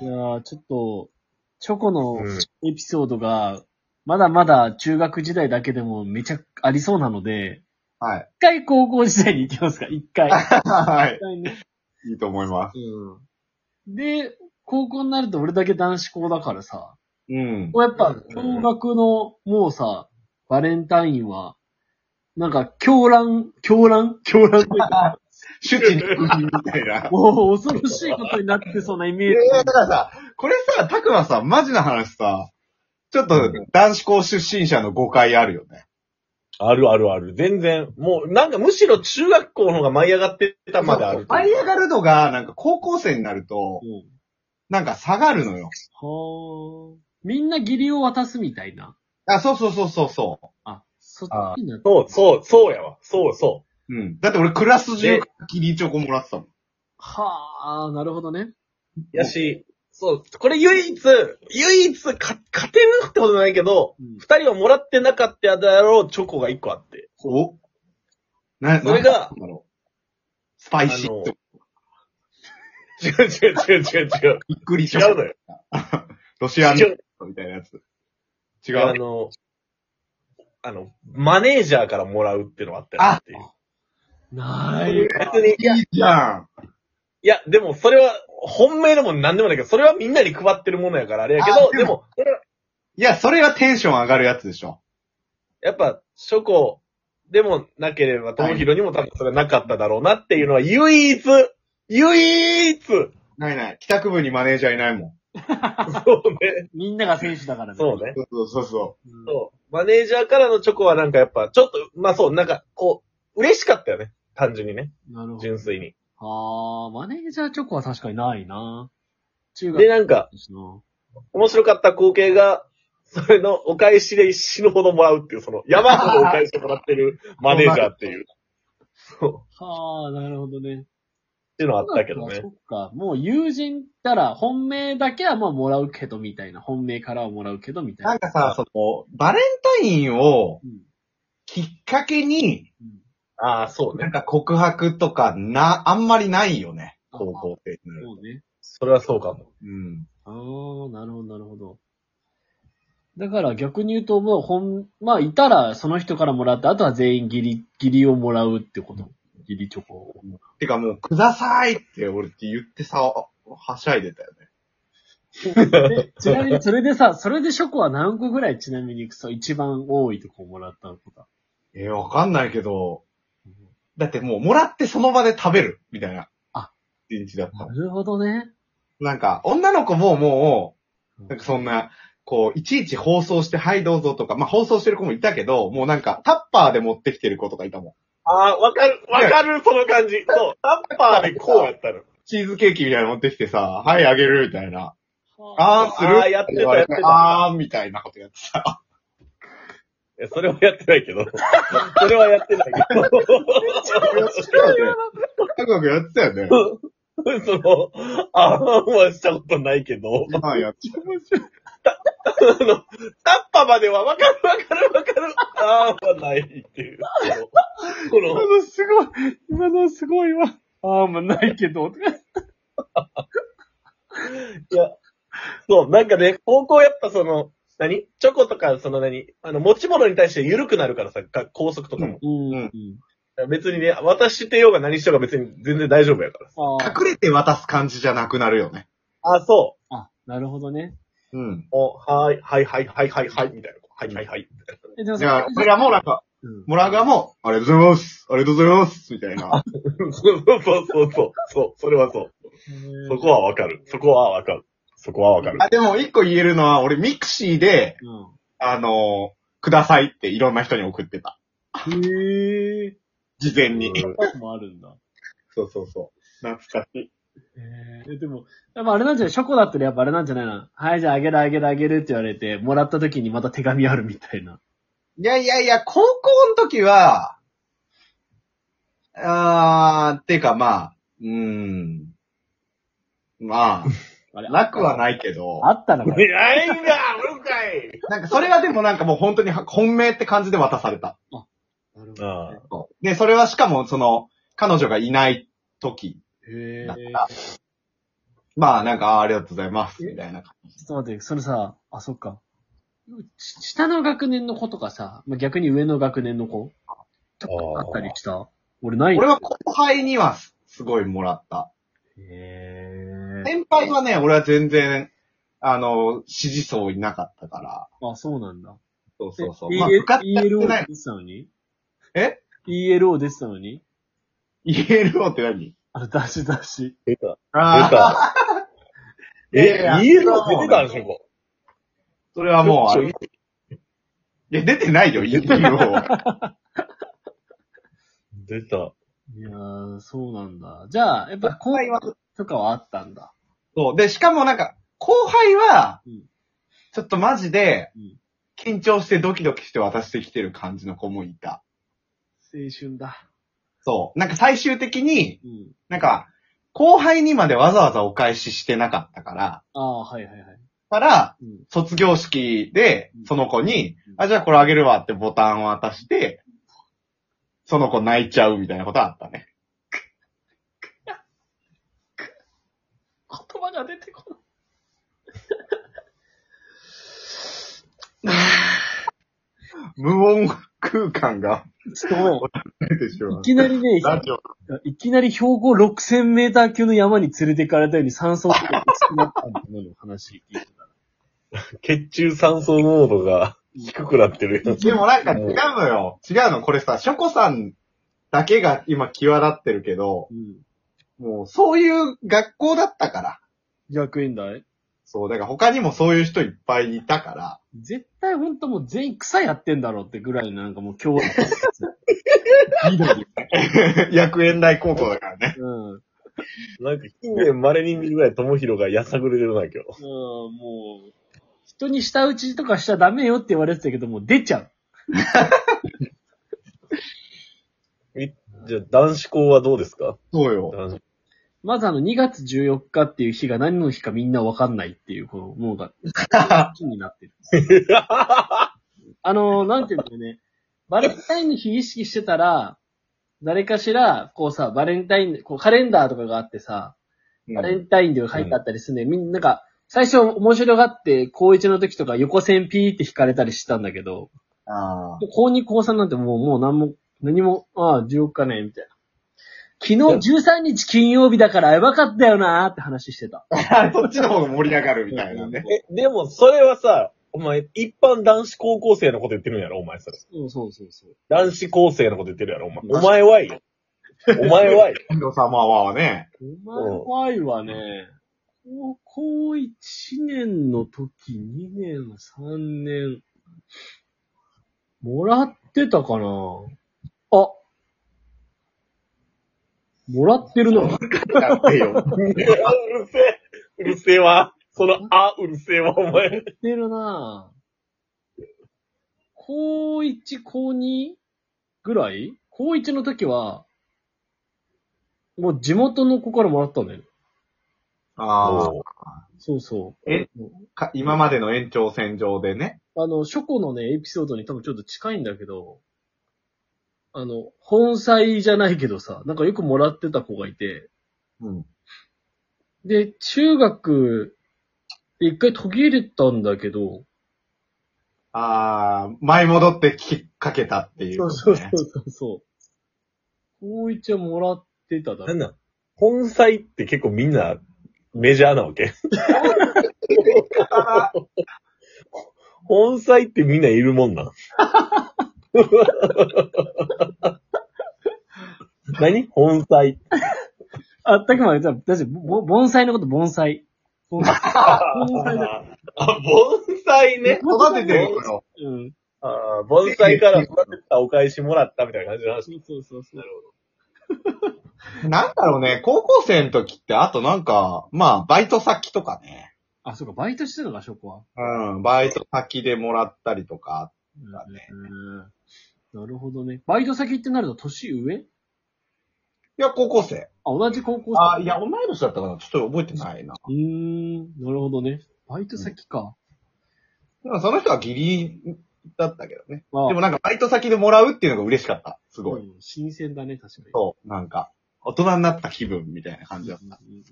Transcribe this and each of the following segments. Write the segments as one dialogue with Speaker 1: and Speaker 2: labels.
Speaker 1: いやーちょっと、チョコの
Speaker 2: うん
Speaker 1: エピソードが、まだまだ中学時代だけでもめちゃありそうなので、
Speaker 2: はい。
Speaker 1: 一回高校時代に行きますか、一回。一
Speaker 2: はい。
Speaker 1: 回ね
Speaker 2: いいと思います。
Speaker 1: うんで、高校になると俺だけ男子校だからさ、
Speaker 2: うん。
Speaker 1: やっぱ
Speaker 2: うん、
Speaker 1: 驚愕の、もうさ、バレンタインは、なんか、狂乱、狂乱狂乱というか
Speaker 2: シュチに釘みたいな。
Speaker 1: もう恐ろしいことになってそうなイ
Speaker 2: い
Speaker 1: メー
Speaker 2: や
Speaker 1: ジ
Speaker 2: い。や、だからさ、これさ、たくまさ、マジな話さ、ちょっと男子校出身者の誤解あるよね。
Speaker 3: あるあるある。全然。もう、なんかむしろ中学校の方が舞い上がってたまである。
Speaker 2: 舞い上がるのが、なんか高校生になると、
Speaker 1: うん
Speaker 2: なんか下がるのよ。
Speaker 1: はあ。みんな義理を渡すみたいな。
Speaker 2: あ、そうそうそうそうそ。
Speaker 1: あ、そっ
Speaker 3: あ
Speaker 1: ちになった。
Speaker 3: そう、そう、そうやわ。そうそう
Speaker 2: うん。だって俺クラス中からキリチョコもらってたもん。
Speaker 1: はあ、なるほどね。
Speaker 3: う。やし、そう、これ唯一、唯一か、勝てるってことないけど、
Speaker 1: うん
Speaker 3: 二人はもらってなかったであろうチョコが一個あって。
Speaker 2: おな、
Speaker 3: それ
Speaker 2: な
Speaker 3: が
Speaker 2: んだろう。スパイシーと
Speaker 3: 違う違う違う違う違う。
Speaker 2: びっくり
Speaker 3: 違
Speaker 2: チョ
Speaker 3: うの
Speaker 2: コ。
Speaker 3: よ。
Speaker 2: ロシアン
Speaker 3: 違う。
Speaker 2: みたいなやつ。違
Speaker 3: あ
Speaker 2: う。
Speaker 3: の、あの、マネージャーからもらうってのがあったよっていう。
Speaker 1: な
Speaker 3: 別
Speaker 1: い。
Speaker 3: に、いや、
Speaker 2: いいじゃん。
Speaker 3: いや、でもそれは、本命でも何でもないけど、それはみんなに配ってるものやからあれやけど
Speaker 2: あ、
Speaker 3: でも、それはい
Speaker 2: や、それはテンション上がるやつでしょ。
Speaker 3: やっぱ、チョコでもなければ、ともひろにも多分それはなかっただろうなっていうのは、唯一、唯一、そう
Speaker 2: ないない。帰宅部にマネージャーいないもん。
Speaker 3: ね、
Speaker 1: みんなが選手だからね。
Speaker 3: そうね。
Speaker 2: そうそうそ
Speaker 1: うん。
Speaker 3: そう。マネージャーからのチョコはなんかやっぱ、ちょっと、まあそう、なんか、こう、嬉しかったよね。単純にね。
Speaker 1: なるほど。
Speaker 3: 純粋に。
Speaker 1: ああ、マネージャーチョコは確かにないな。中学
Speaker 3: で、なんか、
Speaker 1: の。
Speaker 3: 面白かった光景が、それのお返しで死ぬほどもらうっていう、その、山ほどお返しもらってるマネージャーっていう。そう。
Speaker 1: はあ、なるほどね。
Speaker 3: っていうのはあったけど
Speaker 1: そ
Speaker 3: ね。
Speaker 1: っか。もう友人ったら、本命だけはまあもらうけどみたいな。本命からはもらうけどみ
Speaker 2: う。
Speaker 1: たい
Speaker 2: な
Speaker 1: な。
Speaker 2: んかさ、その、バレンタインを
Speaker 1: うん
Speaker 2: きっかけに、
Speaker 1: うん
Speaker 3: ああ、そう
Speaker 2: な
Speaker 3: ね
Speaker 2: ん。か告白とかな、あんまりないよね。高校生になると。
Speaker 1: そうね。
Speaker 3: それはそうかも。
Speaker 2: うん。
Speaker 1: ああ、なるほど、なるほど。だから逆に言うと、もう、ほん、まあ、いたら、その人からもらって、あとは全員ギリ、ギリをもらうってこと。ギリチョコを。
Speaker 2: てかもう、くださいって俺って言ってさ、はしゃいでたよね。
Speaker 1: でちなみに、それでさ、それでチョコは何個ぐらいちなみに、そう、一番多いとこもらったのとか。
Speaker 2: えー、わかんないけど、だってもう、もらってその場で食べる、みたいな。
Speaker 1: あ。
Speaker 2: 一日だった
Speaker 1: な。るほどね。
Speaker 2: なんか、女の子もも
Speaker 1: う
Speaker 2: う、
Speaker 1: ん
Speaker 2: なんかそんな、こう、いちいち放送して、はいどうぞとか、まあ放送してる子もいたけど、もうなんか、タッパーで持ってきてる子とかいたもん。
Speaker 3: ああ、わかる、わかる、その感じ。そう。タッパーでこうやったの。
Speaker 2: チーズケーキみたいなの持ってきてさ、はいあげる、みたいな。あー、す
Speaker 3: あ
Speaker 2: る
Speaker 3: ーやってた
Speaker 2: 言われ
Speaker 3: やってた
Speaker 2: あー、みたいなことやってた。
Speaker 3: いやそれはやってないけど。それはやってないけ
Speaker 2: やってたよね。たくまくやってたよね。
Speaker 3: ど。 その、ああはしたことないけど。
Speaker 2: まあやって
Speaker 3: あの、タッパーまではわかるわかるわかる。ああはないっていう。この、こ
Speaker 1: のすごい、今のすごいわ。ああ、もうないけど。
Speaker 3: のいや、そう、なんかね、高校やっぱその、何チョコとか、その何あの、持ち物に対して緩くなるからさ、か高速とかも。
Speaker 1: うん。
Speaker 2: うん
Speaker 3: 別にね、渡してようが何しようが別に全然大丈夫やから。
Speaker 1: あー
Speaker 2: 隠れて渡す感じじゃなくなるよね。
Speaker 3: あ、そ
Speaker 1: あ、なるほどね。
Speaker 2: うん。
Speaker 3: う。お、はーい、はい、はい、はい、はい、はい、みたいな。はい、はい、はい。
Speaker 1: え、でも
Speaker 2: だから、俺らもなんか、
Speaker 1: うん
Speaker 2: もらう側も、ありがとうございますありがとうございますみたいな。
Speaker 3: そうそうそうそうそう。そう、それはそう。そこはわかる。そこはわかる。そこはわかる。
Speaker 2: あ、でも一個言えるのは、俺ミクシーで、
Speaker 1: うん。
Speaker 2: あのー、くださいっていろんな人に送ってた。
Speaker 1: へえ。
Speaker 2: 事前に。
Speaker 3: うん
Speaker 1: ー。もあるんだ。
Speaker 2: そうそうそう。懐かしい。
Speaker 1: えー、でも、やっぱあれなんじゃないショコだったらやっぱあれなんじゃないのはい、じゃああげるあげるあげるって言われて、もらった時にまた手紙あるみたいな。
Speaker 2: いやいやいや、高校の時は、あー、っていうかまあ、うーん。
Speaker 1: あ
Speaker 2: まあ、
Speaker 1: れ
Speaker 2: 楽はないけど、
Speaker 1: あったのか
Speaker 3: いやいや、うるかい。
Speaker 2: なんかそれはでもなんかもう本当に本命って感じで渡された。
Speaker 1: なるほど。
Speaker 3: あ
Speaker 2: で、それはしかもその、彼女がいない時
Speaker 1: へ
Speaker 2: だっ
Speaker 1: え。
Speaker 2: た。まあなんか、あありがとうございます、みたいな感じ。
Speaker 1: ちょっと待って、それさ、あ、そっか。ち下の学年の子とかさ、まあ逆に上の学年の子とかあったりした俺ない
Speaker 2: 俺は後輩にはすすごいもらった。
Speaker 1: へえ。
Speaker 2: 先輩はね、俺は全然、あの、支持層いなかったから。
Speaker 1: あ、そうなんだ。
Speaker 2: そうそうそう。
Speaker 1: え
Speaker 2: まあ、
Speaker 1: EL
Speaker 2: 部活やって
Speaker 1: ELO
Speaker 2: ない。
Speaker 1: 出てたのに
Speaker 2: え
Speaker 1: ?ELO 出てたのに
Speaker 2: ELO って何
Speaker 1: あの、ダッシュダッシュ。
Speaker 3: 出た。出
Speaker 2: ああ、
Speaker 3: た。え、家の出てたんでしょ、こ
Speaker 2: それは
Speaker 3: れ
Speaker 2: もうあ
Speaker 3: ちょ
Speaker 2: れ、いや、出てないよ、ELO は。
Speaker 3: 出た。
Speaker 1: いやー、そうなんだ。じゃあ、やっぱ後
Speaker 2: 後
Speaker 1: 輩
Speaker 2: 輩は
Speaker 1: とかはあったんだ。
Speaker 2: そう。で、しかもなんか、後輩は
Speaker 1: うん、
Speaker 2: ちょっとマジで
Speaker 1: うん、
Speaker 2: 緊張してドキドキして渡してきてる感じの子もいた。
Speaker 1: 青春だ。
Speaker 2: そう。なんか最終的に、
Speaker 1: うん。
Speaker 2: なんか、後輩にまでわざわざお返ししてなかったから、
Speaker 1: ああ、はいはいはい。
Speaker 2: から、
Speaker 1: うん。
Speaker 2: 卒業式で
Speaker 1: うん、
Speaker 2: その子に
Speaker 1: うん、
Speaker 2: あ、じゃあこれあげるわってボタンを渡して、その子泣いちゃうみたいなことはあったね。
Speaker 1: 言葉が出てこない。
Speaker 2: 無音空間が
Speaker 1: ちょっとごめん。
Speaker 2: 出てしま。
Speaker 1: いうきなりね、
Speaker 2: ラジオ。
Speaker 1: いきなり標高6000メーター級の山に連れてかれたように酸素濃度が薄くなったんだなの話聞いてたら。
Speaker 3: 血中酸素濃度が低くなってるやつ。
Speaker 2: でもなんか違うのよ。違うの。これさ、ショコさんだけが今際立ってるけど、
Speaker 1: うん。
Speaker 2: もうそういう学校だったから。
Speaker 1: 学園大
Speaker 2: そう、だから他にもそういう人いっぱいいたから。
Speaker 1: 絶対ほんともう全員草やってんだろうってぐらいのなんかもう今日、
Speaker 2: 薬園大高校だからね。
Speaker 1: うん。うん、
Speaker 3: なんか近年稀に見るぐらい友広がやさぐれてるな、今日。
Speaker 1: もう、人に舌打ちとかしちゃダメよって言われてたけど、もう出ちゃう。
Speaker 3: じゃあ男子校はどうですか
Speaker 2: そうよ。
Speaker 3: 男子
Speaker 1: まずあの2月14日っていう日が何の日かみんなわかんないっていう、この、もうが、気になってる。あのー、なんていうんだよね。バレンタインの日意識してたら、誰かしら、こうさ、バレンタイン、こうカレンダーとかがあってさ、バレンタインで書いてあったりするね。みんな、なんか、最初面白がって、高1の時とか横線ピーって引かれたりしてたんだけど、
Speaker 2: ああ。
Speaker 1: 高2高3なんてもう、もう何も、何も、ああ、14日ね、みたいな。昨日13日金曜日だからやばかったよなーって話してた。
Speaker 2: そっちの方が盛り上がるみたいなね。
Speaker 3: え、でもそれはさ、お前、一般男子高校生のこと言ってるんやろ、お前それ。
Speaker 1: そうそうそうそう。
Speaker 3: 男子高生のこと言ってるやろ、お前。お前はいよ。お前 はいよ。
Speaker 2: 天皇様はね。
Speaker 1: お前はね、高校1年の時、2年、3年、もらってたかなあ、もらってるな。
Speaker 2: だって よ。
Speaker 3: いやうるせえ。うるせえわ。その、あ、うるせえわ、お前。
Speaker 1: 知ってるなぁ高1、高 2? ぐらい高1の時は、もう地元の子からもらったんだよね。
Speaker 2: ああ。
Speaker 1: そうそう。
Speaker 2: えか今までの延長線上でね。
Speaker 1: あの、書庫のね、エピソードに多分ちょっと近いんだけど、あの、本妻じゃないけどさ、なんかよくもらってた子がいて、
Speaker 2: うん。
Speaker 1: で、中学、一回途切れたんだけど、
Speaker 2: ああ、舞い戻ってきっかけたっていう、ね。
Speaker 1: そうそうそうそうそう。高一はもらってただ
Speaker 3: な
Speaker 1: け
Speaker 3: ん。なん本妻って結構みんなメジャーなわけ本妻ってみんないるもん なん何本妻。
Speaker 1: あったくまで、じゃあ、だってぼ盆栽のこと盆 栽。盆栽。盆栽だ。
Speaker 3: あ、盆栽ね。
Speaker 2: 育ててるよ。
Speaker 1: うん。
Speaker 3: あー盆栽から育てたお返しもらったみたいな感じの話。
Speaker 1: そうそうそうそう。
Speaker 2: なんだろうね、高校生の時って、あとなんか、まあ、バイト先とかね。
Speaker 1: あ、そうか、バイトしてたのか、ショコは。
Speaker 2: うん、バイト先でもらったりとか。だね
Speaker 1: うん。なるほどね。バイト先ってなると年上
Speaker 2: いや、高校生。
Speaker 1: あ、同じ高校生。
Speaker 2: ああ、いや、同い年だったかなちょっと覚えてないな。
Speaker 1: うーん、なるほどね。バイト先か。
Speaker 2: でもその人は義理だったけどね。
Speaker 1: まあ
Speaker 2: でもなんか、バイト先でもらうっていうのが嬉しかった。すごい。
Speaker 1: うん新鮮だね、確かに。
Speaker 2: そう、なんか、大人になった気分みたいな感じだっ
Speaker 1: うんうん
Speaker 2: た。
Speaker 1: うん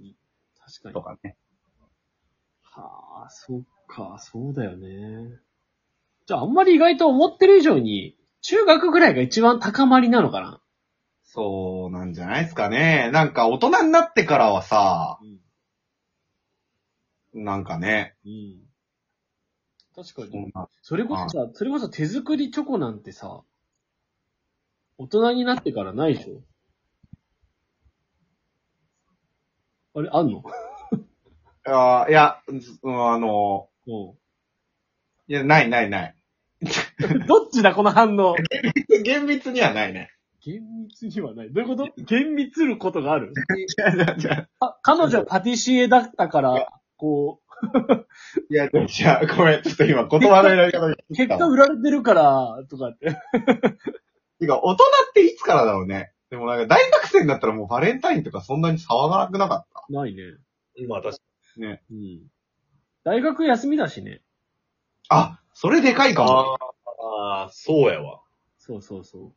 Speaker 1: 確かに
Speaker 2: と。かね。
Speaker 1: はあ、そっか、そうだよね。じゃあ、あんまり意外と思ってる以上に、中学ぐらいが一番高まりなのかな。
Speaker 2: そうなんじゃないですかね。なんか大人になってからはさ、
Speaker 1: うん。
Speaker 2: なんかね、
Speaker 1: うん。確か
Speaker 2: そ
Speaker 1: に。
Speaker 2: んな
Speaker 1: それこそさ、それこそ手作りチョコなんてさ、大人になってからないでしょあれ、あんの
Speaker 2: あーいや、うんあの、
Speaker 1: う
Speaker 2: いや、ないないない。
Speaker 1: ん。どっちだ、この反応。
Speaker 2: 厳密にはないね。
Speaker 1: 厳密にはない。どういうこと厳密ることがある
Speaker 2: じゃ
Speaker 1: あ、彼女はパティシエだったから、こ
Speaker 2: いや、でもじゃあ、ごめん、ちょっと今言葉の選び方に
Speaker 1: う、結果売られてるから、とかって。
Speaker 2: てか、大人っていつからだろうね。でもなんか大学生になったらもうバレンタインとかそんなに騒がなくなかっ
Speaker 1: ないね。
Speaker 3: 今、私、
Speaker 1: うん。大学休みだしね。
Speaker 2: た。あ、それでかいかも。
Speaker 3: ああ、そうやわ。
Speaker 1: そうそうそ。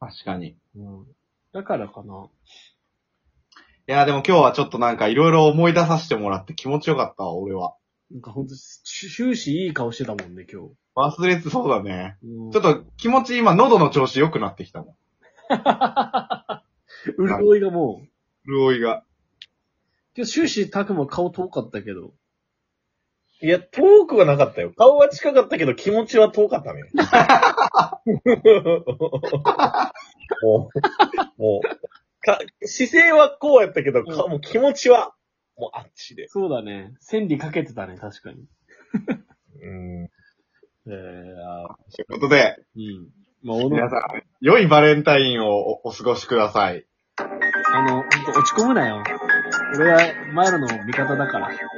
Speaker 2: 確かに。いう
Speaker 1: うん。だからかな。
Speaker 2: や、でも今日はちょっとなんかいろいろ思い出させてもらって気持ちよかったわ、俺は。
Speaker 1: なんかほんと、終始いい顔してたもんね、今日。
Speaker 2: 忘れてそうだね。
Speaker 1: うん
Speaker 2: ちょっと気持ち今喉の調子良くなってきたもん。
Speaker 1: 潤いがもう、
Speaker 2: 潤いが。
Speaker 1: 今日終始たくま顔遠かったけど。
Speaker 3: いや、遠くはなかったよ。顔は近かったけど気持ちは遠かったね。もう、 もう、か姿勢はこうやったけど、かもう気持ちは、もうあっちで。
Speaker 1: そうだね。千里かけてたね、確かに。
Speaker 3: うん。
Speaker 1: ええあ
Speaker 2: ということで、
Speaker 1: うん。まあ、お
Speaker 2: 皆
Speaker 1: の、
Speaker 2: さん、良いバレンタインをおお過ごしください。
Speaker 1: あの、ほんと落ち込むなよ。俺は、前らの味方だから。